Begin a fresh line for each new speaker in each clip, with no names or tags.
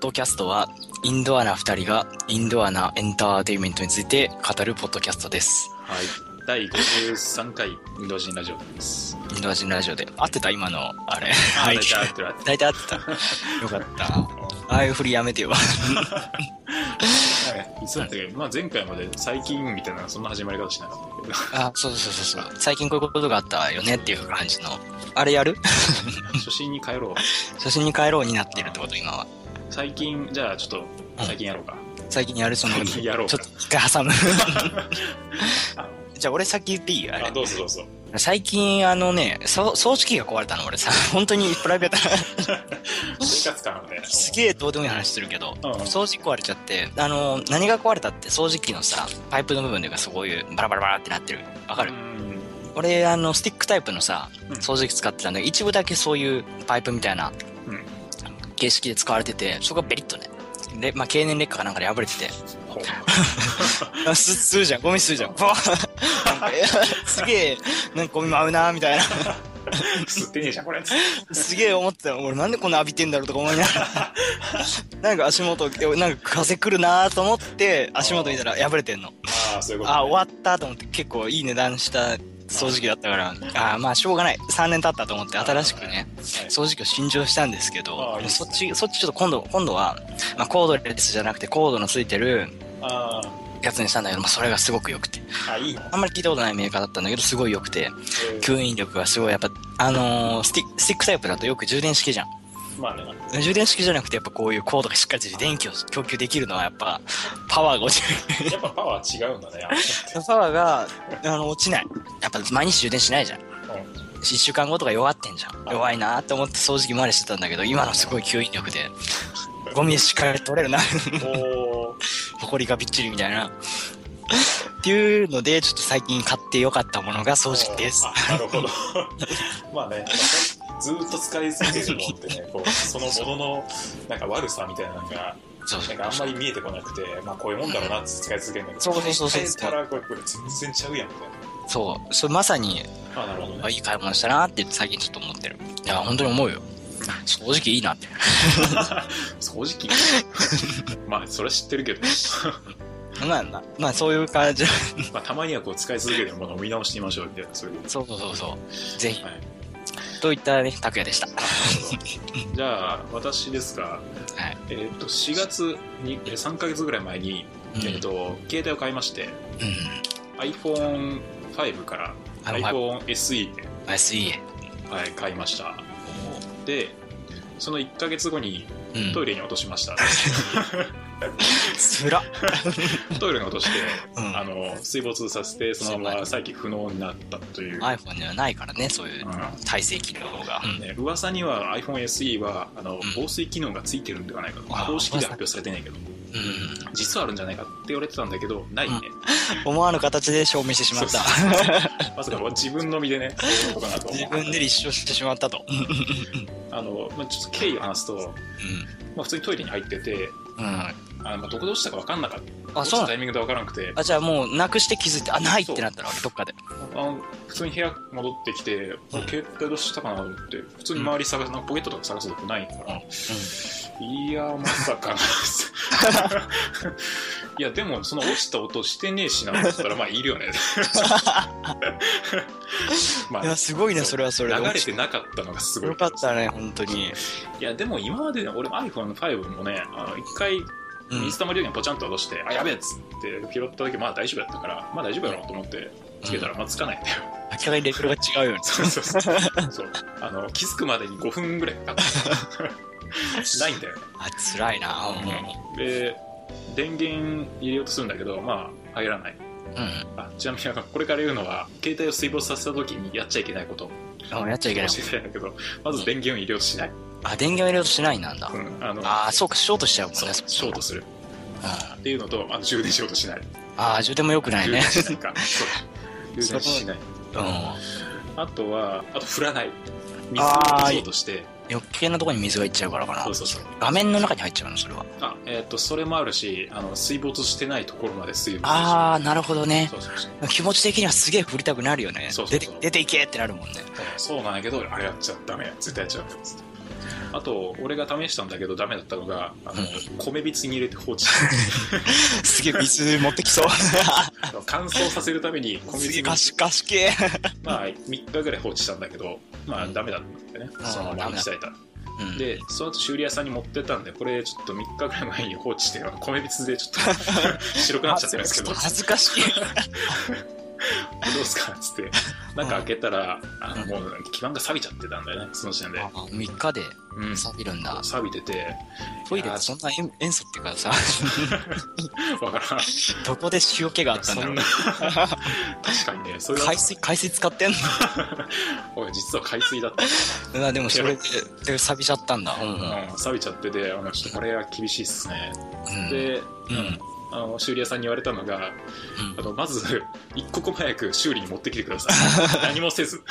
ドキャストは、インドアな2人がインドアなエンターテインメントについて語るポッドキャストです。
はい。第53回、インド人ラジオです。
インドア人ラジオで。合ってた今の、あれ。
は。
はいい。
じゃあ、てら
大体合ってた。よかった。ああいう振りやめてよ。
いつだったっけまあ前回まで最近みたいな、そんな始まり方しなかったけど。
あ、そうそうそうそう。最近こういうことがあったよねっていう感じの。あれやる
初心に帰ろう。
初心に帰ろうになってるってこと今は。
最近、じゃあちょっと、最近やろうか。
最近やるその、
最
ち
近
ょ
やろう
っ
か
と。一回 挟む。じゃあ俺先言っていいあれ
あ、。どうぞどうぞ。
最近あのね、そう掃除機が壊れたの俺さ、本当にプライベートな、
生活感みたいな。
すげえどうでもいい話するけど、
うん
掃除機壊れちゃって、あの、何が壊れたって掃除機のさ、パイプの部分ですごいバラバラバラってなってる。わかる、
うん
俺、あの、スティックタイプのさ
うん、
掃除機使ってたんだけど、一部だけそういうパイプみたいな
うん、
形式で使われてて、そこがベリッとね。で、まあ、経年劣化かなんかで破れてて、
ほう
あす、するじゃん、ゴミする じゃん、ボーンなんかえすげえ、なんかゴミ舞うなみたいな。
吸ってねえじゃん、これ。
すげえ思ってたよ俺なんでこんな浴びてんだろうとか思いなが らなんか足元なんか風来るなと思って足元見たら破れてんの
ああ、そういうことね。
あ終わったと思って結構いい値段した掃除機だったからあーまあしょうがない3年経ったと思って新しくね
はい
掃除機を新調したんですけど
あーいいっす
そ
ね
っちそっちちょっと今度今度は、まあ、コードレスじゃなくてコードのついてる
あ
やつにしたんだけど、まあ、それがすごく良くて
ーあ、いいの。
あんまり聞いたことないメーカーだったんだけどすごい良くて
えー
吸引力がすごいやっぱあのースティックスティックタイプだとよく充電式じゃん
まあね、
充電式じゃなくてやっぱこういうコードがしっかりついて電気を供給できるのはやっぱパワーが落ちない
やっぱパワー違うんだね。
パワーがあの落ちないやっぱ毎日充電しないじゃん1週間後とか弱ってんじゃん弱いなと思って掃除機回りしてたんだけど今のすごい吸引力でゴミしっかり取れるな
おおー。
埃がびっちりみたいなっていうのでちょっと最近買ってよかったものが掃除機です
あなるほど。 まあね、ずっと使い続けてるもんってね、こうそのもののなんか悪さみたいなのが、
そう
なんかあんまり見えてこなくて、まあこういうもんだろうなって使い続けるんだけど、
そうそうそうそう
変えたらこれこれ全然ちゃうやんみたい
そうそれまさに
な。あなるほど
あ
ね。
いい買い物したなって最近ちょっと思ってるいや本当に思うよ掃除機いいなって
掃除機 まあそれは知ってるけど、
まあまあ、まあそういう感じ。
まあたまにはこう使い続けてるものを見直してみましょうみたいな、それで。
そうそうそうそう。ぜひ。
はい
といったね、拓也でした。
じゃあ私ですが、
はい。
えーっと4月にえー3ヶ月ぐらい前に、
うん
えーっと携帯を買いまして、
うん。
iPhone5 から
あの、はい。
iPhoneSE で、
SE。
はい、買いましたでその1ヶ月後に
うん。
トイレに落とし ました、
つらっ。
トイレに落として、
うん
あの水没させてそのま
そう
ま再起不能になったという、
iPhone にはないからね、そういう
うん
体制機能が。うん。
ね、噂には iPhoneSE はあの
ん
防水機能がついてるんではないかと、
あ
公式では発表されてないけど
うん
実はあるんじゃないかって言われてたんだけどないね、
思わぬ形で証明してしまった。
まさか自分の身でねそういうことだと思
自
う
分で立証してしまったと。うん。
あの、まあ、ちょっと経緯を話すと、まあ、普通にトイレに入ってて
うん。
あの、まあ、どこで落ちたか分かんなかった
あ、
落
そうな
ちた
の
タイミングで分からなくて
あ、じゃあもうなくして気づいて、あ、ないってなったら、どっかで。
あの普通に部屋戻ってきて、あ携帯どうしたかなと思って普通に周り探す、なんかポケットとか探すとこないから、いやーまさかな いやでもその落ちた音してねえしなと思ったらまあい るよねま
いや、すごいね、
そう
それはそれで。
流れてなかったのがすごい
よかったね、本当に。
いやでも今までね俺も iPhone5 もねあの一回
うん
水溜り料金ポチャンと落として、あやべえっつって拾った時まあ大丈夫だったからまあ大丈夫だろうと思ってつけたら、まあつかないんだ よ
明らかにレベルが違うよね。
そうそうそう。そうあの気づくまでに5分ぐらい かかった。ないんだよね。
あ、辛いな。うん。
で、電源入れようとするんだけど、まあ、入らない。
うん。
あちなみに、あのこれから言うのは、携帯を水没させた時にやっちゃいけないことを
あやっちゃいけ
教
ない。
えてないんだけど、まず電源を入れようとしない。
あ、電源を入れようとしないなんだ
う。ん、あの
ああ、そうか、ショートしちゃうもんね。
そうショートする。
あ
っていうのと、あと充電しようとしない。
あー、充電も良くない
充
ね
電。しないか。そ う充電しない。
うん。
あとは、あと振らない。水を
あー
落とそうとして、
余計なところに水がいっちゃうからかな
そう。そうそう。
画面の中に入っちゃうの、それは。
あ、えっ、と、それもあるし、あの、水没してないところまで水没して
ああ、なるほどね。
そうそうそう。
気持ち的にはすげえ振りたくなるよね
そう。そ
出
う
て
そう、
出ていけってなるもんね。
そうなんやけど、あれやっちゃダメや。絶対やっちゃダメや。つってあと俺が試したんだけどダメだったのがあの
うん
米びつに入れて放置して
すげえ水持ってきそう。
乾燥させるために 米
す
びつ
げえ
に、
ガシガシ系。
まあ、3日ぐらい放置したんだけどまあダメだったんだよね
うん
そのままにしたいた
うん
でその後修理屋さんに持ってったんでこれちょっと3日ぐらい前に放置してあの米びつでちょっ と白くなっちゃってるんですけど
ちょっと恥ずかしい。
どうですかっ つって中開けたらあのもう基板が錆びちゃってたんだよねその時点で、
3日で
うん、
錆びるんだ。
錆びてて
トイレ
い
で
や
そんな塩塩素っていうかさ、
わからん
どこで塩気があったんだ
そ
ろ
ん
う
な。確かにねそれは
海水、海水使ってん
おい実は海水だった、
のなでもそれでで錆びちゃったんだ。うんうん。
うん、錆びちゃっててあのちょっとこれは厳しいっすね、
うん
で、
うん
あの修理屋さんに言われたのが
うん
あのまず一刻も早く修理に持ってきてくださ い何もせず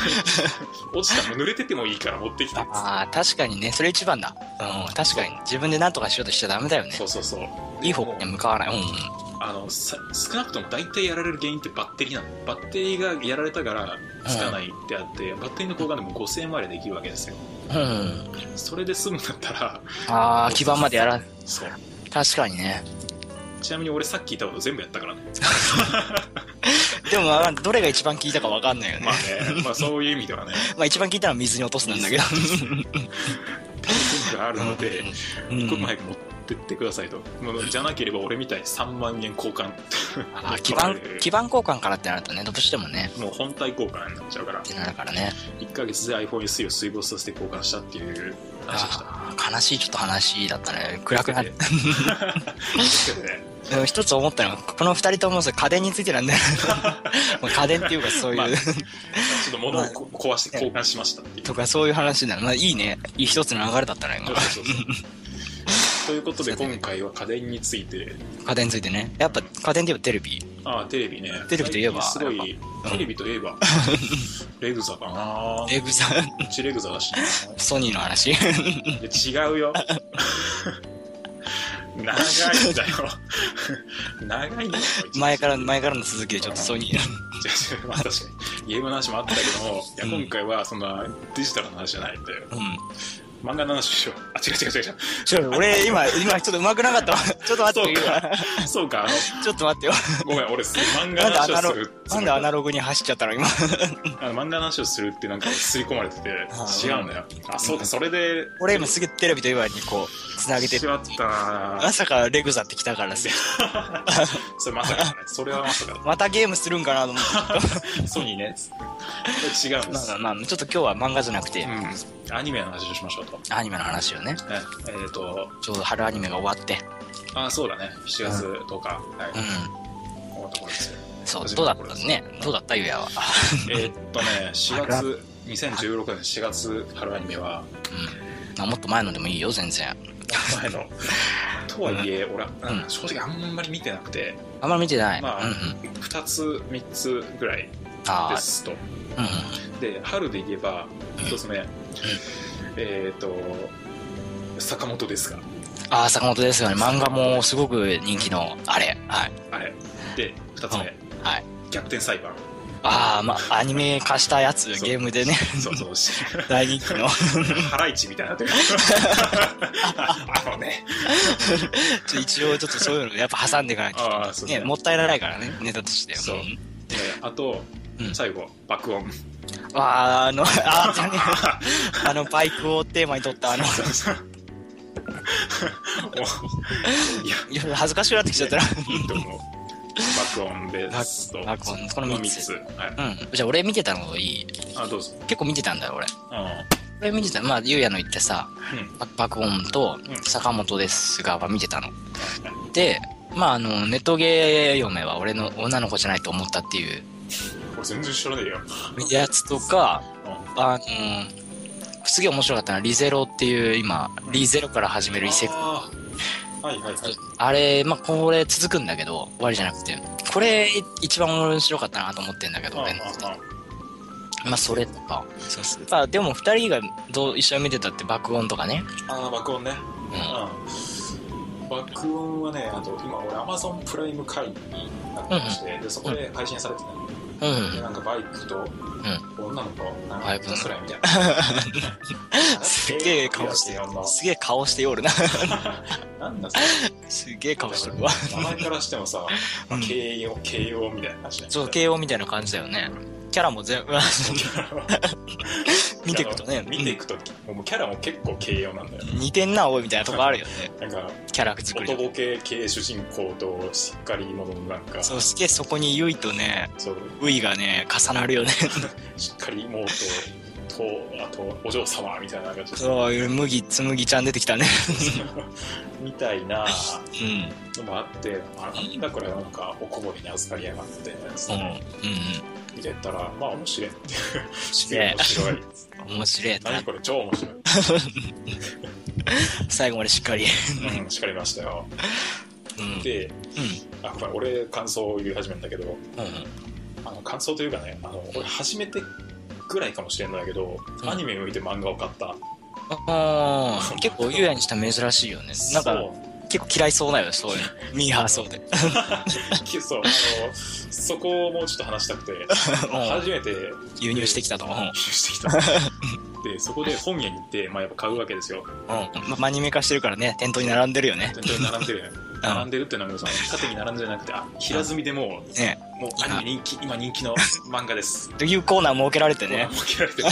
落ちたの濡れててもいいから持ってきて
ああ、確かにね、それ一番だ。うん、確かに。自分で何とかしようとしちゃダメだよね
そ。うそうそう
いい方向には向かわない。うんうん。
あのさ少なくとも大体やられる原因ってバッテリーなのバッテリーがやられたからつかないってあって、バッテリーの交換でも5000円までできるわけですよ
うん、
それで済むんだった ら
ああ、基盤までやら、
そう
確かにね。
ちなみに俺さっき言ったこと全部やったからね
でも、まあどれが一番効いたかわかんないよね。
ま
ま
あねまあそういう意味ではね
あ、一番効いたのは水に落とすなんだけど。
全部あるので
うん
一刻も早く持ってってくださいと、もうじゃなければ俺みたいに3万円交換
あー基盤、基盤交換からってなるとね、どうしてもね、
もう本体交換になっちゃうから
ってなるからね。
1ヶ月で iPhoneSE を水没させて交換したっていう話でした
あー悲しいちょっと話だったね。暗くなる。
ですけどね
でも一つ思ったのは、この二人ともそう家電についてなん だよ。まあ家電っていうかそう
まあ
いう、
ちょっと物をこ壊して交換しましたっていう
とかそういう話なの。まあいいね。いい一つの流れだったな、今
そう。そうそうということで今回は家電について
家電についてね。やっぱ家電といえばテレビ。
ああテレビね
テレビといえば
最近すごい
ぱ
テレビといえばレグザかな
エグザ、
うちレグザだしな
ソニーの話。
いや違うよ長いんだよ長いんだよ
前から、前からの続きでちょっとソニー。
違う違うまあ確かにゲームの話もあったけどもいや
うん
今回はそんなデジタルの話じゃないんだよ
うん。
漫画の話しようあ違う違う違う違
ちょ、俺今、今ちょっと上手くなかったわ。 ちょっと待って
そうか
今。
うそうかあの
ちょっと待 ってよ。
ごめん俺す漫画の話をする
なんでアナログに走っちゃったの今。
あの漫画の話をするってなんか刷り込まれてて
ー
違うんだよあそうかそれで
俺今すげえテレビと言わにこう、つなげて
し
る。
まったな
まさかレグザって来たからさ、
それまさかねそれはまさか
またゲームするんかなと思って。
ソニーね違うんで
ますあまあ、ちょっと今日は漫画じゃなくて、
うんアニメの話をしましょうと
アニメの話をね、
ねえっ、と
ちょうど春アニメが終わって、
あそうだね7月10日、はい
うん。
終わった頃ですよ
そう、
初めて
どうだったねどうだったゆうやは。
えーっとね、4月、2016年4月春アニメは、
うん。まあもっと前のでもいいよ、全然。
前の、とはいえ、俺、
ん
正直あんまり見てなくて、
あんまり見てない。
まあ
うんうん。
2つ、3つぐらいで
あ
すと。
あ、うんうん。
で、春で言えば、1つ目、えーっと、坂本ですが、
ああ、坂本ですよね。漫画もすごく人気の、あれ。はい。
あれ。で、2つ目、
はい。
逆転裁判。
ああ、まあ、アニメ化したやつ、
そう
ゲーム でね、
そう そう、し
大人気の。
ハライチみたいに なってる。あのね、
ちょ一応ちょっとそういうのやっぱ挟んでいかないと。
ああ、そう
ね、
ね。
もったいないからね、ネタとして。
そうんいやいやあと
う、ん
最後、爆音。
あーあの、あーじゃ ねえあの、バイクをテーマにとった、あの、
そうそういや、
いや恥ずかしくなってきちゃったな。
いいと思う。爆音ですと。
爆音この三つ
この三はい。
うん。じゃあ俺見てたのいい
あ、どうぞ。
結構見てたんだよ、俺。
あ
俺見てた。まあ、ゆうやの言ってさ、
うん
ば爆音と
うん
坂本ですがは見てたの。で、まあ、あの、ネットゲー嫁は俺の女の子じゃないと思ったっていう
これ全然知らねえよ。
やつとか、あの、すげえ面白かったのはリゼロっていう今、リゼロから始める異世界。
あーはいはいはい。
あれ、まあ、これ続くんだけど、終わりじゃなくて、これ一番面白かったなと思ってんだけど、俺の
あああ
まあ、それとか。そうそうまあ、でも二人がどう一緒に見てたって爆音とかね。
あー、爆音ね。
うん。
うん。爆音はね、あと今俺 Amazon プライム会員になってまして、でそこで配信されてたの
うんうんう
で
ん。
なんかバイクと
ん
女の子なん
バイ
か
クの
くらいみたいな
すげえ顔して
なんだ
すげえ顔しておるな。
なんだそ
すげえ顔して
れ
るわ。
名前からしてもさ
うん
慶応慶応みたいな話だよね
そう、慶応みたいな感じだよね。キャラも全部、 見ていくとね、
見ていくともうキャラも結構慶応なんだよ
似てんな、おいみたいなとこあるよね。
なんか
キャラ作りとか。
男系系主人公としっかり者のなんか
そう、すげえそこにユイとね、
そう
ウイがね、重なる よね。
しっかり妹とあとお嬢様みたいな感じで
そう、麦、つむぎちゃん出てきたね。
みたいな
うん。うん。
のもあってあなんだこれなんかおこぼれに預かりやがって
うんうん。
見てたらまあ面白いって
すげえ
面。白い
面白いな
何。これ超面白い
最後までしっかり。
うん叱りましたよ
うん。うん。
であこれ俺感想を言い始めるんだけど
うんうん。
あの感想というかねあの俺初めてぐらいかもしれないんだけど、
うん
アニメを見て漫画を買った
あー結構優雅にしたら珍しいよね。なんか、結構嫌いそうなよね、そういうの。ミーハー そうで。
そうそうあのそこをもうちょっと話したくて初めて
輸入してきたと。うん。うん。
して きたでそこで本屋に行って、まあ、やっぱ買うわけですよ
まマニメ化してるからね、店頭に並んでるよね。
店頭に並んでる並んでるっていうのはもうその縦に並んでなくてあ平積みでもう
ね。
もうアニメ人気今人気の漫 画です
というコーナー設けられてね。
もう切 られてる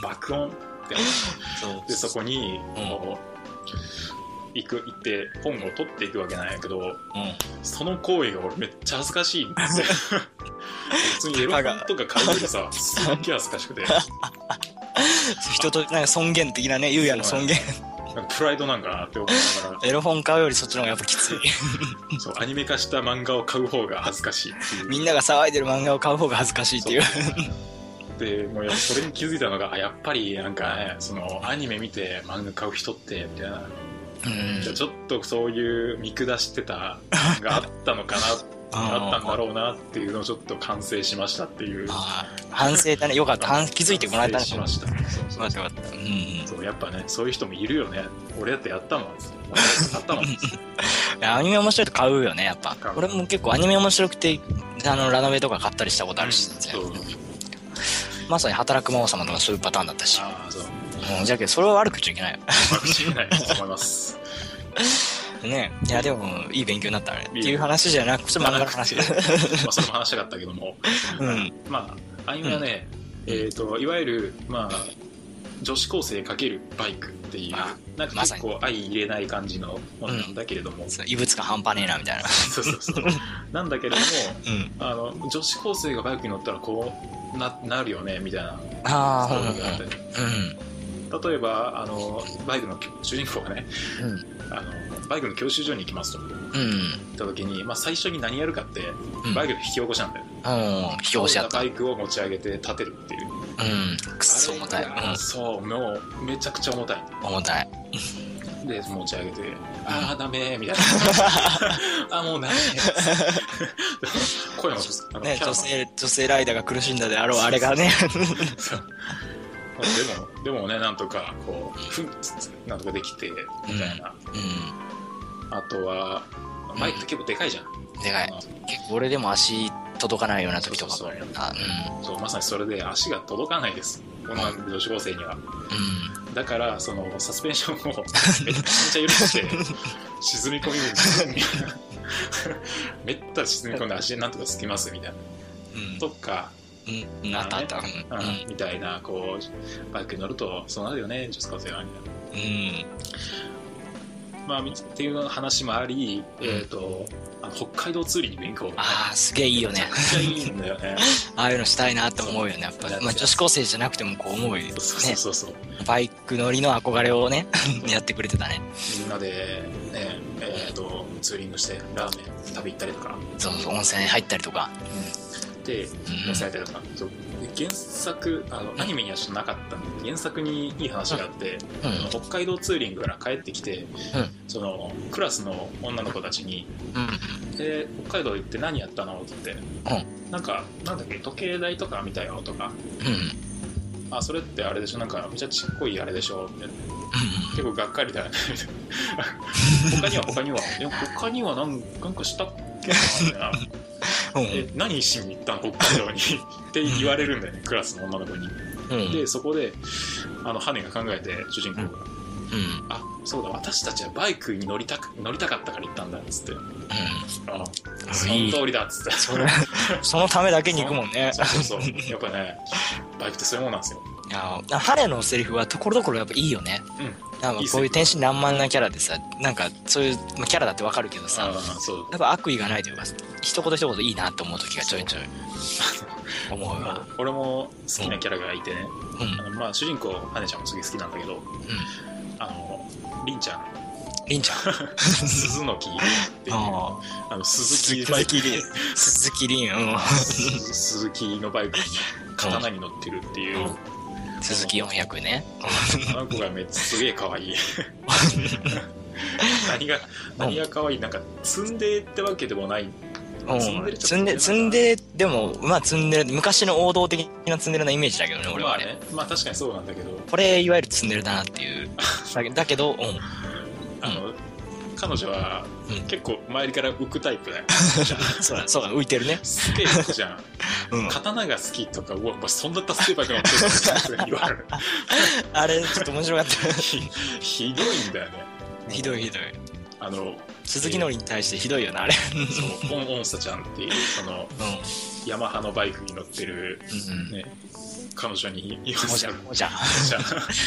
爆音って
そう
でそこに、
ん
こう行く行って本を取っていくわけなんやけど
うん。
その行為が俺めっちゃ恥ずかしいんです よ普通にエロ本とか買うよりさすっげえ恥ずかしくて
人と、なんか尊厳的なね、優雅な尊厳。
なんかプライドなんかなって思いながら
エロ本買うよりそっちの方がやっぱきつい。
そうアニメ化した漫画を買う方が恥ずかしいっていう
みんなが騒いでる漫画を買う方が恥ずかしいっていう。
そうでもうやっぱそれに気づいたのがあやっぱりなんかねそのアニメ見て漫画買う人ってみたいな
うん。
ちょっとそういう見下してた感があったのか なあったんだろうなっていうのをちょっと完成しましたっていう
あー反省だね。よかった。反気づいてもらえた
完
の
成し
か
ま
も。
したそう
よか
そう
ったよかった。うんうん。
そうやっぱねそういう人もいるよね俺だってやったもんやったもん
いやアニメ面白いと買うよね、やっぱ
買う。
俺も結構アニメ面白くて、あの、ラノベとか買ったりした ことあるし、全
そ
然
う
まさに働く魔王様とかそういうパターンだったし。
ああそう
うん、じゃけど、それは悪く言っちゃいけないよ。
うまく知れないと思います
ねいや、でも、いい勉強になったね。って
いい
いう話じゃなくて、漫画の 話
ま。あそれも話したかったけども
うん。
まあアニメはねえっといわゆるまあ女子高生×バイクっていう
あ
なんか
まさ
結
に
構相入れない感じのものなんだけれども
その異物感半端ねえな、みたいな。
そうそうそう。なんだけれども、
うん。
あの、女子高生がバイクに乗ったらこうな、なるよね、みたいな。
ああ、
そう
うん
いうのがあって例えば、あの、バイクの主人公がね、
うん。
あの、バイクの教習所に行きますと言っ
うん。うん。
た時に、まあ最初に何やるかって、
うん
バイクの引き起こしなんだよ。
うん。引き起こしやった。
バ
う
イクを持ち上げて立てるっていう。
ん。くっそ重たい。う
あれが
ん。
そう、もう、めちゃくちゃ重たい。
重たい。
で、持ち上げて、ああ、ダメー、みたい な。あーもうダメー。声も、あの
ね、
キ
女
ャラも
性、女性ライダーが苦しんだであろう、あれがね。
そう でもでもねなんとかこうふんなんとかできてみたいな、
う
あとはバイクって結構でかいじゃん、
ん。でかい。
あ
結構俺でも足届かないような時とか
そうそうそう
あ
のそうまさにそれで足が届かないですこんな女子高生には
う
だからそのサスペンションをめっちゃ緩くして沈み込み めった沈み込んで足でなんとかつきますみたいなん
うん
とか、
うんうんあったあったうん
うんみたいなこうバイクに乗るとそうなるよね女子高生はみたいな
うん
まあ、っていう話もあり、えー、とあの北海道ツーリングに行こう
ああすげえいいよね
めっちゃいいんだよね
ああいうのしたいなって思うよねやっぱ、まあ、女子高生じゃなくてもこう思うよね
そうそうそうそう、
バイク乗りの憧れをねやってくれてたね
みんなで、ねえー、とツーリングしてラーメン食べ行ったりとか
そうそう温泉入ったりとか
で
うん
出されたりとか、そうで原作あのアニメにはちょっとなかったんで原作にいい話があって、
うん
北海道ツーリングから帰ってきて、
ん
そのクラスの女の子たちに
うん
で北海道行って何やったのって言って、なんかなんだっけ時計台とか見たよとか
うんうん
あそれってあれでしょなんかめっちゃちっこいあれでしょみたいな結構がっかりだよね 他には他にはえ他にはなんなんかしたっけなみたいな
うん
え何しに行ったの北海道にって言われるんだよねクラスの女の子に
うんうん
でそこであの羽根が考えて主人公が
うん
「あそうだ私たちはバイクに乗りたく乗りたかったから行ったんだ」っつって「あその
いい
通りだ」っつって
それそのためだけに行くもんね
そうそ うそうやっぱねバイクってそういうもんなんですよ
いやハレのセリフはところどころやっぱいいよね
うん
なんかこういう天真爛漫なキャラでさなんかそういう、まあ、キャラだってわかるけど
あ
さ
あそう
やっぱ悪意がないというか一言一言いいなと思う時がちょいちょい思うわ
俺も好きなキャラがいてね、
うんうん
あのまあ、主人公羽根ちゃんもすげえ好きなんだけどあのりんちゃん
りんちゃん
鈴の木ってい う
あ
あの鈴木バ
鈴
イク
木りん鈴木りんうん
鈴木の バイクに刀に乗ってるっていう、
うん鈴木400ね
あの子がめっちゃすげえ 可愛い何が何が可愛いなんかツンデーってわけでもない
うん
ツンデレち
積
ょっ
ん
と
で積んででもまあ積んでる昔の王道的な積んでるなイメージだけどね俺
ま
は
あ
あれ
ねまあ確かにそうなんだけど
これいわゆる積んでるだなっていうだけだけどうん
あの、彼女は
うん
結構周りから浮くタイプだよ
そうだそうだ浮いてるね
すげえ好きじゃん
うん
刀が好きとかうわお前そんな助けばいかなって言われる
あれちょっと面白かっ
ひひどいんだよね
たひどいひどい
あの
鈴木のりに対してひどいよなあれ
そうオンオンサちゃんっていうその
うん
ヤマハのバイクに乗ってる、
うん
ね、彼女に言わ
モジ
せ
ャ
る
モジャ
じゃ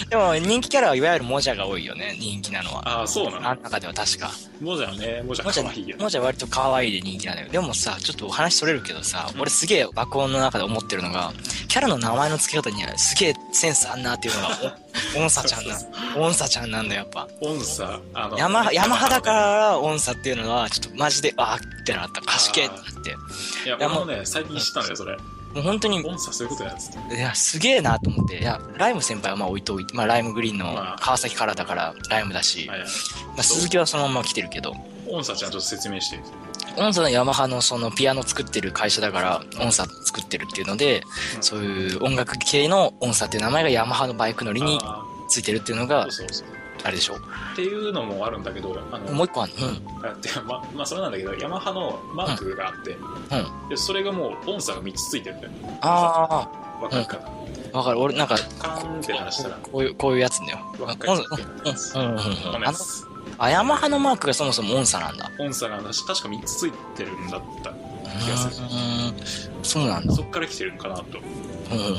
でも人気キャラはいわゆるモジャが多いよね人気なのは
ああーそうな
あ
の
ん中では確か
もじゃねもじゃ
モジ
可愛いよ
ャ
ね
モジャ割と可愛いで人気なのよでもさちょっとお話それるけどさ
うん
俺すげえ爆音の中で思ってるのがキャラの名前の付け方にはすげえセンスあんなっていうのが おオンサちゃんなオンサちゃんなんだよやっぱ
オンサあの
ヤマヤマハだからオンサっていうのはちょっとマジであーってなった貸し系ってなって
いや
ヤマ
俺もね最近知ったんだよそれ
もう本当に
オンサそういうことやつって
いや、すげえなと思って、いや、ライム先輩はまあ置いといて、まあライムグリーンの
まあ
川崎からだからライムだし、
はいはい
まあ鈴木はそのまま来てるけど、
オンサちゃんちょっと説明して
オンサのヤマハのそのピアノ作ってる会社だから、オンサ作ってるっていうので、
うん
そういう音楽系のオンサっていう名前がヤマハのバイク乗りに
あ
ついてるっていうの
ー
が、
そうそうそう
あれでしょ
っていうのもあるんだけどあの
もう一個あるのうん。
あってままあそれなんだけどヤマハのマークがあって、でそれがもうオンサが3つついてるんだよ
あ
わかるかな、
あ、わかる。俺なんか、
カーンって話したら
こういう、こういうやつだよ。うん、うん、
わか
うん
るか
う
な、
ん、う
ごめん
ん。
な
あの
さい
あ、ヤマハのマークがそもそもオンサなんだ。
音差が確か3つついてるんだった
う
気がする
ーん。そうなんだ。
そっから来てるのかなと
うん、うん、うん。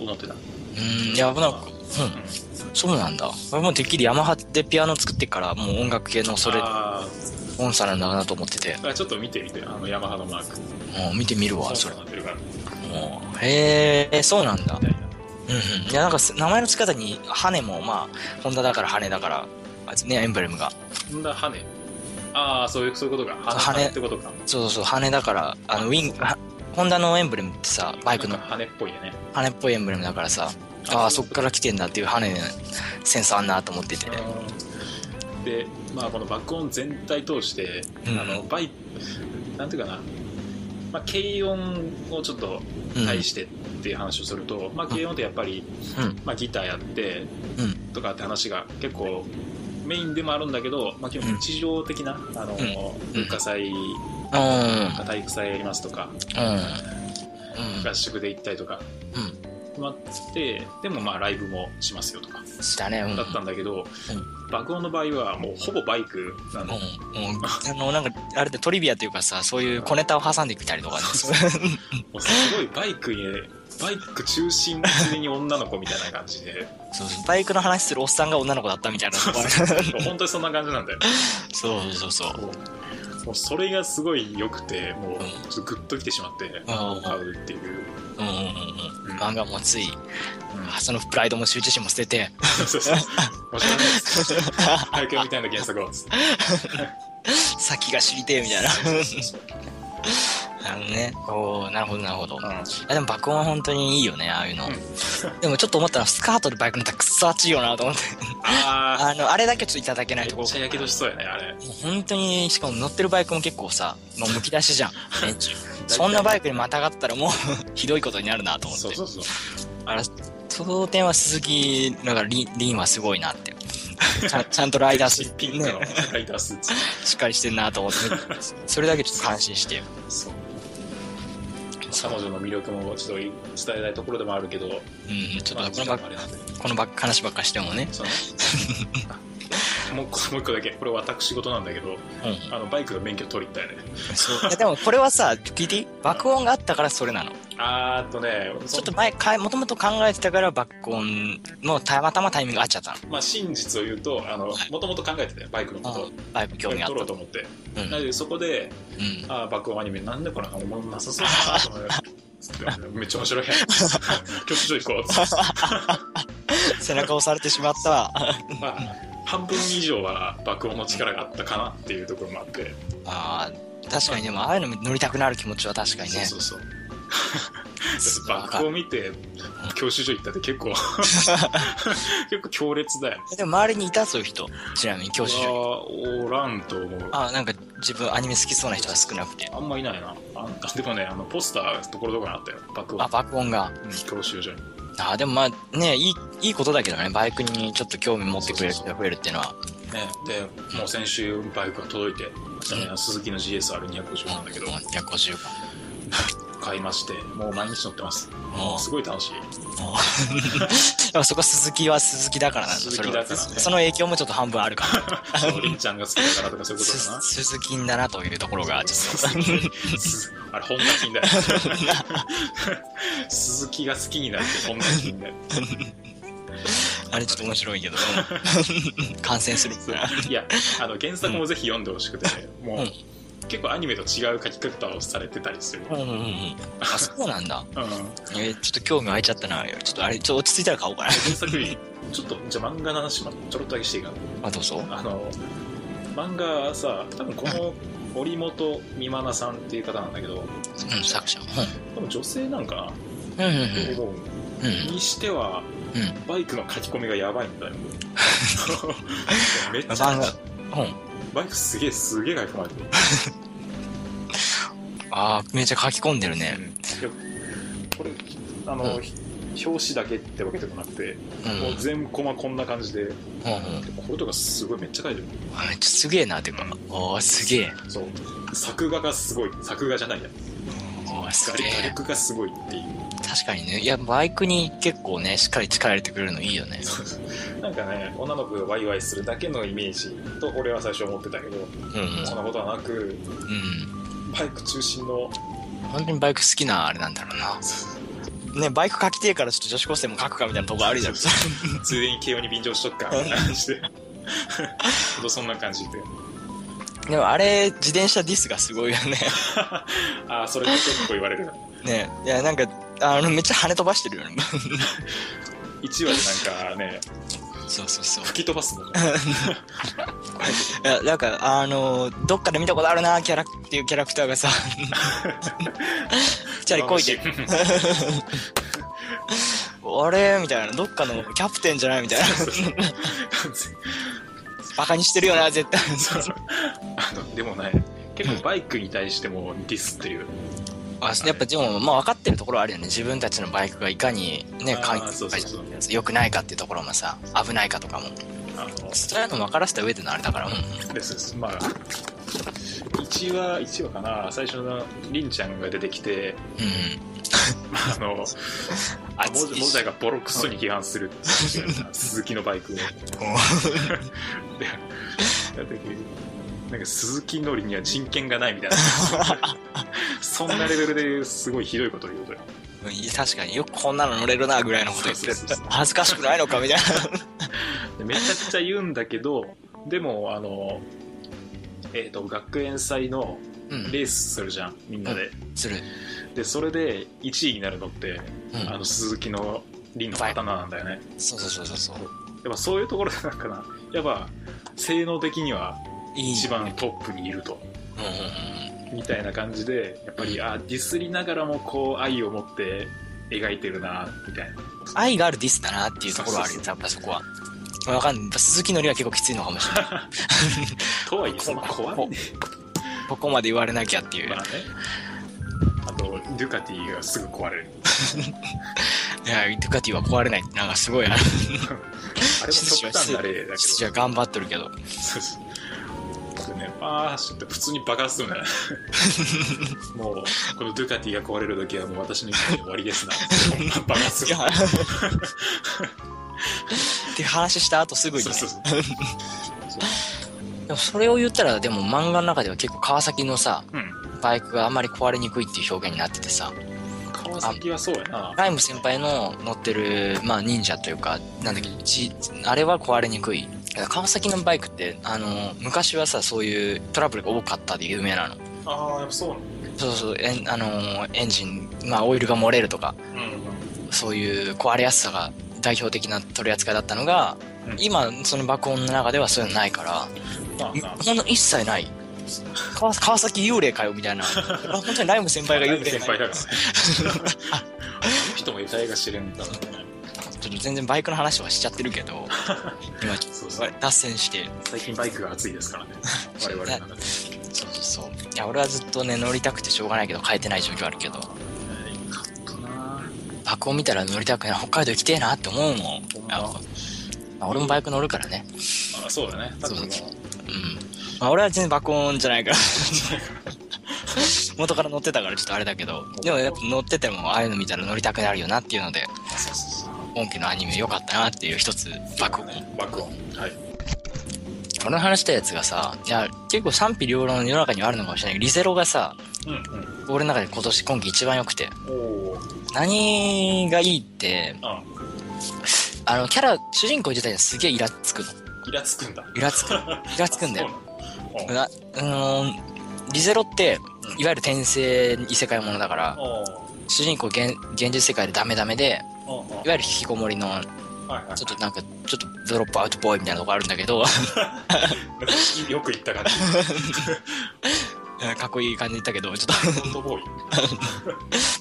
思ってた
うん、いや、なんか、うん、そうなんだ。俺もてっきりヤマハでピアノ作ってっから、もう音楽系のそれ、
あ
音差なんだなと思ってて、
ーあちょっと見てみてあのヤマハのマーク
もう見てみるわ、そ
そ
れ
う。なってるからみ
もうへえ、そうなんだ。
たいな
うんうん。いや、なんかす名前の付き方に、羽も、まあ、ホンダだから羽だから、あいつね、エンブレムが。
そんな羽根ああそういうそういうことか羽
羽
羽根ってことか
そうそうそう、羽だから、あの、ウィン、はホンダのエンブレムってさ、バイクの
なんか羽根っぽいよね
羽っぽいエンブレムだからさ、
あ
ああ、そっから来てんだっていう羽のセンスあんなと思ってて。
うんでまあこの爆音全体通して、
うん
あのバイなんていうかなまあ、軽音をちょっと
うん。
対してっていう話をすると、まあ、軽音ってやっぱり、
うん。
まあ、ギターやって
うん。
とかって話が結構メインでもあるんだけど、まあ、基本日常的な、あの
ん
文化祭
うん
と。か体育祭やりますとか
うん。
合宿で行ったりとか
うん。うん。
まってでもまあライブもしますよとか
したね、うん。
だったんだけど、
ん
爆音の場合はもうほぼバイクなの、
うん、うん、あの、なんか、あれでトリビアというかさ、そういう小ネタを挟んできたり とかね。
もうすごいバイクにバイク中心的に女の子みたいな感じで
そうそうバイクの話するおっさんが女の子だったみたいなとこある。
本当にそんな感じなんだよ
そうそうそう。
もうもうそれがすごい良くてもう
うん
ちょっとグッときてしまって買うっていう、
うんうんうんうん。漫画もつい、
うん
そのプライドも羞恥心も捨てて、
そ うそう。もしかしたらね、早く読みたいな原作を。つって
先が知りてえみたいな。あのね。おーなるほどなるほど。
う
あでも爆音は本当にいいよね、ああいうの。
う
でもちょっと思ったのは、スカートでバイク乗ったらくっそ熱いよなと思 って。
んあ
あの、あれだけちょっといただけ
あ、
な
め
い
っ
ところ
ちゃやけどしそうやね、あれ。
もう本当にしかも乗ってるバイクも結構さもうむき出しじ ゃんねそんなバイクにまたがったらもう ひどいことになるなと思って
そうそうそう。
あらその点は鈴木だからリンリンはすごいなって ちゃんちゃんとライダース
新 ピンクの
ね、
ライダースーツ。
しっかりしてんなと思ってそれだけちょっと感心して
そ
そ
う。
う
彼女の魅力もちょっと伝えたいところでもあるけど、
うん、ちょ
ま
っ
あ
とこ
時
のば
間もあれなんで
このばっ話ばっかしてもね、
そのあもう 一個もう一個だけこれ私事なんだけど
うん、
あのバイクの免許取りに行ったよね
いやでもこれはさ聞いていい爆音があったからそれなの
あーっとね
ちょっと
そ
前かもともと考えてたから爆音のたまたまタイミングが合っちゃったの
まあ、真実を言うともともと考えてたよバイクのこ
あ
と
バイク興味あっ
取ろ
た
うと思って、
うんうん
なのでそこで「ああ爆音アニメなんでこれおもんなさそうだな」と思ってめっちゃ 面白いやん教習所行こうっつって
背中押されてしまった わ
まあ半分以上は爆音の力があったかなっていうところもあって、
あー確かにでもああいうの乗りたくなる気持ちは確かに
そう
ね
そうそう
わ
爆
か
音
る
見て教習所行ったって結構 結構強烈だよ
でも周りにいたそういう人ちなみに教師
いや
中
ーおらんと思うあ
ああなんか自分アニメ好きそうな人は少なくて
んまいないなあんでもねあのポスターところどころにあったよ爆
あ
音
爆音が
うん教習所に
あーでもまあねいいいいことだけどねバイクにちょっと興味持ってくれる人が増えるっていうのは
ね、でもう先週バイクが届いて、ちなみに鈴木の GSR250 なんだけど
150番
買いましてもう毎日乗ってますもうすごい楽しい
でもそこ鈴木は鈴木だからなんだ
鈴木だからね
それはその影響もちょっと半分あるか
そうりんちゃんが好きだからとかそう
ら
いうこと
す
かな
鈴木んだなというところがちょっと
あれ本田金だよ鈴木が好きになって本田金だよ
あれちょっと面白いけど 感染する
そういやあの原作もぜひ読んでほしくて、もう、結構アニメと違う書き方をされてたりする、
うんうんうんうんあそうなんだ
うん、
えーちょっと興味湧いちゃったなちょっとあれちょっと落ち着いたら買おうかな
原作よりちょっとじゃあ漫画の話もちょろっとだけしていいか
あどうぞ
なあの漫画はさ多分この堀本美真奈さんっていう方なんだけど
うん作者
多分女性なんかな
うんうんうん
と思う、
うんうん
にしては
うん
バイクの書き込みがやばいんだ よめっち
漫
ゃ
画うん
バイクすげえすげえ書き込まれてる
あーめっちゃ書き込んでるね
これあの、
うん
ひ表紙だけってわけでもなくて、
うんうん
もう全コマこんな感じでで
うん
これとかすごいめっちゃ書いてる
あめっちゃすげえなてかおーすげえ
そう作画がすごい作画じゃないや
おーす
画
げ
力
え
画力がすごいっていう
確かにねいやバイクに結構ねしっかり力入れてくれるのいいよね
なんかね女の子がワイワイするだけのイメージと俺は最初思ってたけど、
うん
そんなことはなく
うん
バイク中心の
うん本当にバイク好きなあれなんだろうなねバイク書きてえからちょっと女子高生も書くかみたいなとこあるじゃん
そうついでに慶応に便乗しとくかみたいな感じで ほんとそんな感じで
でもあれ自転車ディスがすごいよね
ああそれが結構言われるな
ねいやなんかあのめっちゃ跳ね飛ばしてるよ ね
1話でなんかね
そうそうそう
吹き飛ばすもんね
いやなんかあのどっかで見たことあるなキャラっていうキャラクターが さチャリこいで
眩し
あれみたいなどっかのキャプテンじゃないみたいなバカにしてるよな絶対
あのでもね結構バイクに対してもディスっていう
あやっぱでも、まあ、分かってるところはあるよね自分たちのバイクがいかにね
あー
環
そ
境
うそうそう
が良くないかっていうところもさ危ないかとかも
あの
そういうの分からせた上でのあれだから、うん、
ですですまあ1話1話かな最初のりんちゃんが出てきて
うん、
あのモ
あ
ジモジャがボロクソに批判するっていう鈴木のバイクをでだってなんか鈴木のりには人権がな いみたいなそんなレベルですごいひどいことを言うとよ
うんいや確かによくこんなの乗れるなぐらいのこと言ってる
そうそうそう
恥ずかしくないのかみたいな
でめちゃくちゃ言うんだけどでもあのえー、と学園祭の
うん
レースするじゃんみんなで、
する
でそれで1位になるのって、
うん
あの鈴木の凛の刀なんだよね
そうそうそうそうそう
やっぱそういうところなんかなやっぱ性能的にはい
い
一番トップにいると
うんうんうん
みたいな感じでやっぱりあディスりながらもこう愛を持って描いてるなみたいな
愛があるディスだなっていうところはあるよ
そう
やっぱそこは分かんないやっぱ鈴木のりは結構きついのかもしれない
とはいえそんな怖いね
ここまで言われなきゃっていう、
まあねあとデュカティがすぐ壊れる
いやドゥカティは壊れないってなんかすごいな
あれも極端な例だけど
羊は頑張ってるけど
そうそうあとねああーって普通に爆発するね もうこのドゥカティが壊れるだけはもう私の人生終わりですな爆発す
い
る
やっていう話した後すぐに、
そ
ね
う、そうそう
でもそれを言ったらでも漫画の中では結構川崎のさ
うん
バイクがあんまり壊れにくいっていう表現になっててさ
川崎はそうやな
ライム先輩の乗ってる、まあ、忍者というかなんだっけじあれは壊れにくいだから川崎のバイクってあの昔はさそういうトラブルが多かったで有名なの
ああやっぱそうなん
そうそうえんあのエンジン、まあ、オイルが漏れるとか
うん
そういう壊れやすさが代表的な取り扱いだったのが、
うん
今その爆音の中ではそういうのないから
まあな
ほんの一切ない川川崎幽霊かよみ たいなあ本当にライム先輩が幽霊
先輩だからね
ち
あの人も得体が知れんだろうね
ょっと全然バイクの話はしちゃってるけ ど今ち
そ
ょ
う
っ
そう
と脱線して
最近バイクが熱いですからね我々の中で
そうそうそういや俺はずっとね乗りたくてしょうがないけど変えてない状況あるけど
えーカットな
爆音見たら乗りたくない北海道行きてえなって思うもん
ほんま
やっぱまあ俺もバイク乗るからね
あそうだね多分もう
そううん、まあ、俺は全然爆音じゃないから 元から乗ってたからちょっとあれだけどでもやっぱ乗っててもああいうの見たら乗りたくなるよなっていうので
そうそうそう
本家のアニメ良かったなっていう一つ爆音
爆音はい
俺の話したやつがさいや結構賛否両論世の中にはあるのかもしれないけどリゼロがさ
うん
俺の中で今年今季一番良くて
うんおお
何がいいって
あ
あのキャラ主人公自体がすげえイラつくの
イラつくんだ
イラつく イラつくんだよ
そうなの
なうーんリゼロっていわゆる転生異世界ものだから
あお
主人公現現実世界でダメダメで
おあ
いわゆる引きこもりの
はいはい
ちょっとなんかちょっとドロップアウトボーイみたいなとこあるんだけど
よく言った感じ。
かっこいい感じだけどちょっとちょ
ホントボーイ。
っ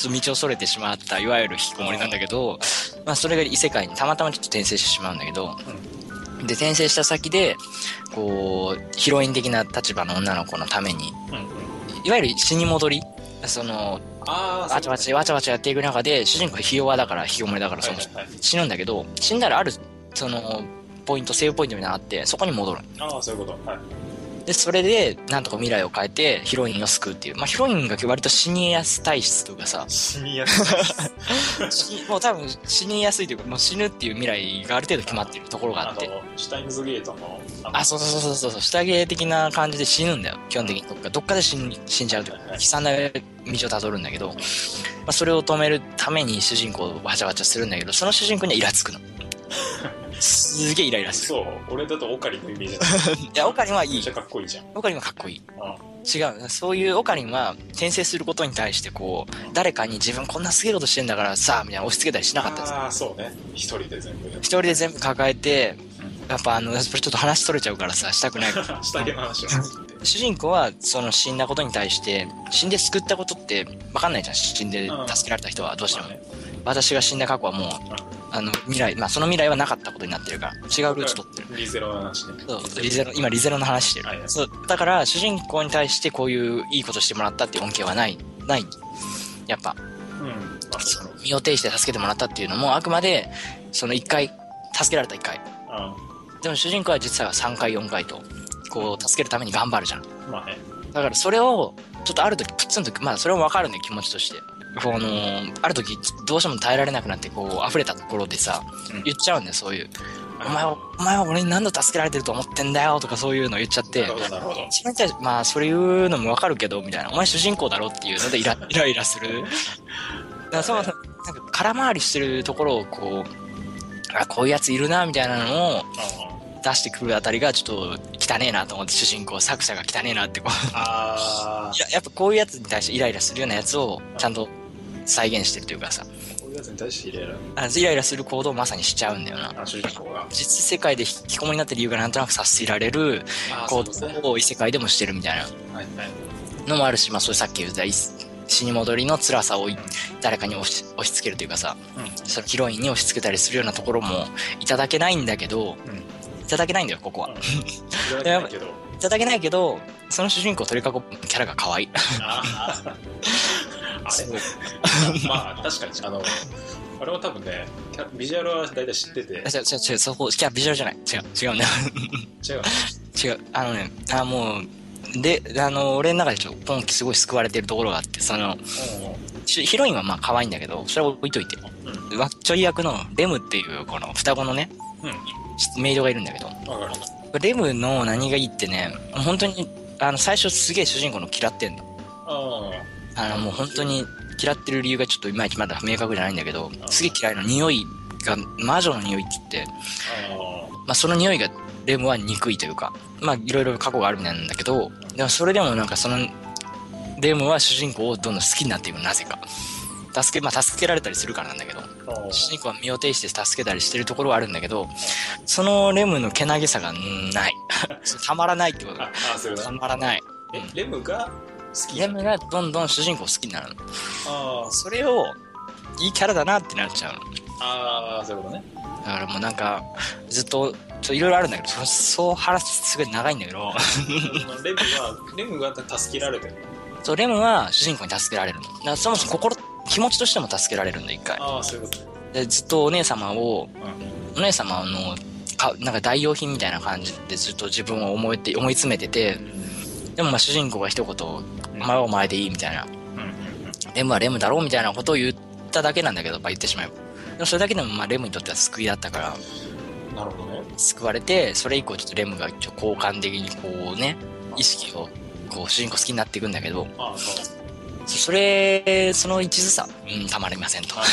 と道をそれてしまったいわゆる引きこもりなんだけど、まあ、それが異世界にたまたまちょっと転生してしまうんだけどで転生した先でこうヒロイン的な立場の女の子のために
うんうん。
いわゆる死に戻りその
ああ、
わちゃわちゃわちゃわちゃやっていく中で主人公ひ弱だから引きこもりだからそもそも
はいはいはい
死ぬんだけど死んだらあるそのポイントセーブポイントみたいなのがあってそこに戻る
ああ、そういうこと。 はい。
でそれでなんとか未来を変えてヒロインを救うっていうまあヒロインが割と死にやす体質というかさ
死にやすい。
死もう多分死にやすいというかもう死ぬっていう未来がある程度決まってるところがあ
あ
って
の、シュタインズゲートの。
あそうそうそうそうそう下芸的な感じで死ぬんだよ基本的にどっかどっかで死ん死んじゃうという
はいは
か
い
悲惨な道をたどるんだけど、まあ、それを止めるために主人公をわちゃわちゃするんだけどその主人公にはイラつくのすげえイライラする
そう、俺だとオカリンのイメージだ。
いやオカリンはい
めっ
い
ちゃかっこいいじゃん。
オカリンはかっこいい
あ
違うそういうオカリンは転生することに対してこう誰かに自分こんなすげえことしてんだからさみたいな押し付けたりしなかったです
ああ、そうね。一人で全部やっ
一人で全部抱えてやっぱあのそれちょっと話取れちゃうからさしたくない から
た。下着 の話をして。
主人公はその死んだことに対して死んで救ったことって分かんないじゃん死んで助けられた人はどうしても、
まあね
私が死んだ過去はもうあの未来まあその未来はなかったことになってるから違うルーツ取ってる
リゼロの話ね。
そうリゼロ今リゼロの話してる、
はいはい
そうだから主人公に対してこういういいことしてもらったっていう恩恵はないないやっぱ
うん。まあ、
そ
そう
の身を挺して助けてもらったっていうのもあくまでその1回助けられた1回
あ
でも主人公は実は3回4回とこう助けるために頑張るじゃん
まあね。
だからそれをちょっとある時プツンとまあそれも分かるね気持ちとしてこのある時どうしても耐えられなくなってこう溢れたところでさ
うん
言っちゃうんだよそういう「お前はお前は俺に何度助けられてると思ってんだよ」とかそういうの言っちゃって
なるほど、なるほど。
一番最初まあそれ言うのもわかるけどみたいなお前主人公だろっていうのでイライライラす るだからそもそもなんか空回りしてるところをこうあこういうやついるなみたいなのを出してくるあたりがちょっと汚ねえなと思って主人公作者が汚ねえなってこう
ああ
い。ややっぱこういうやつに対してイライラするようなやつをちゃんと再現してるというかさ
こういうやつに対して入れる。
あイライラする行動をまさにしちゃうんだよな
あ、主人公が。
実世界で引きこもりになった理由がなんとなく察せられる
あ
行
そうですね
動を異世界でもしてるみたいな
はいはい。
のもあるし、まあ、それさっき言ったい死に戻りの辛さをい誰かに押し押し付けるというかさそのヒロインに押し付けたりするようなところもいただけないんだけど
うん。うん。
いただけないんだよここは
言われてないけ ど。
いただけないけどその主人公を取り囲むキャラが可愛い
あーあれ まあ確かにあのあれは多分ねキャビジュアルは大体知ってて違う
あ違う違う違う そこいやビジュアルじゃない違う違うね
違う
違うあのねあもうで、あの、俺の中でちょっと今季すごい救われてるところがあって、その、しヒロインはまあ可愛いんだけど、それは置いといて。わっちょい役のレムっていう、この双子のね、
うん。
メイドがいるんだけど、
うん。わかる。
レムの何がいいってね、本当に、あの、最初すげえ主人公の嫌ってんの。
あ
あの、もう本当に嫌ってる理由がちょっといまいちまだ明確じゃないんだけど、
ん
すげえ嫌いな匂いが魔女の匂いって言って、
あ。
まあその匂いがレムは憎いというか、まあいろいろ過去があるみたいなんだけど、でもそれでもなんかその、レムは主人公をどんどん好きになっていくのなぜか。助け、まあ助けられたりするからなんだけど、
ああ。
主人公は身を挺して助けたりしてるところはあるんだけど、そのレムのけなげさがうんない。たまらないってこと
あ
だ。
あ、それ
た
だ。
まらない。
え、レムが好き
レムがどんどん主人公好きになるの。
あ
それをいいキャラだなってなっちゃうの
あ。ああ、そういうことね。
だからもうなんかずっとちょいろいろあるんだけどそそう話すすごい長いんだけど
レムは、レムが助けられてる。
そうレムは主人公に助けられるのだからそもそも心気持ちとしても助けられるんだ一回
ああ、そういうことね。
でずっとお姉様を
うん。
お姉様のかなんか代用品みたいな感じでずっと自分を思いて思い詰めててでもまあ主人公が一言「お前はお前でいい」みたいな
うん。うん。
「レムはレムだろ」みたいなことを言っただけなんだけど、まあ、言ってしまえばでもそれだけでもまあレムにとっては救いだったから
なるほどね。
救われてそれ以降ちょっとレムがちょっと交換的にこうね意識をこう主人公好きになっていくんだけど
ああ、そう。
そそれその一途さうんたまりませんと
あ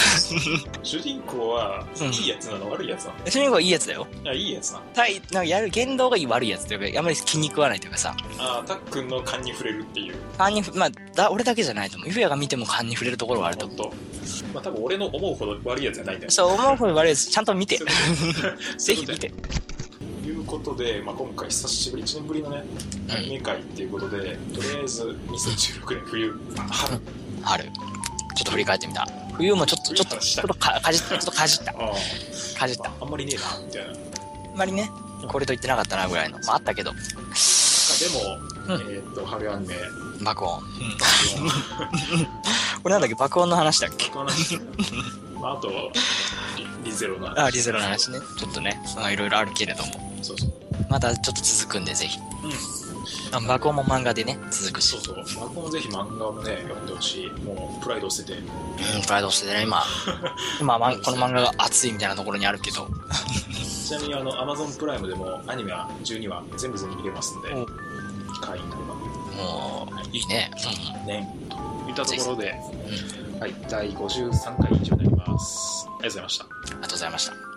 主人公は、
うん
いいやつなの悪いやつなの
主人公はいいやつだよ
いや、いいやつなの。
たいなんかやる言動がいい悪いやつというかあんまり気に食わないというかさ
ああ、たっくんの勘に触れるっていう。
勘にふまあだ俺だけじゃないと思うゆうやが見ても勘に触れるところはあると
本
思
当。まあ、多分俺の思うほど悪いやつじゃないんだよ
う。そう思う方が悪いですちゃんと見て
そう
ぜひ見て
ということで、まあ、今回久しぶり1年ぶりのねアニメ会っていうことで、とりあえず2016年冬春
春ちょっと振り返ってみた冬もちょっとちょっとちょっとかかじったちょっとかじった
あ
かじった
ああんまりねえなみたいななんか
あんまりねこれと言ってなかったなぐらいのまああったけど
でも、
う
えーっと春ア ニメ
爆音これなんだっけ爆音の話だっけ
爆音話、まあ、あとはリリゼロの話
あリゼロの話ねちょっとねまあいろいろあるけれども
そうそう
またちょっと続くんでぜひ
うん
あ爆音も漫画でね続くし
そうそう爆音ぜひ漫画もね読んでほしいもうプライドを捨てて
うんプライドしてね今今まんこの漫画が熱いみたいなところにあるけど
ちなみにあのアマゾンプライムでもアニメは12話全部全部見れますんで
お
会員になれば
もういいね
ねといったところで、はい、第53回以上になります。ありがとうございました。
うんありがとうございました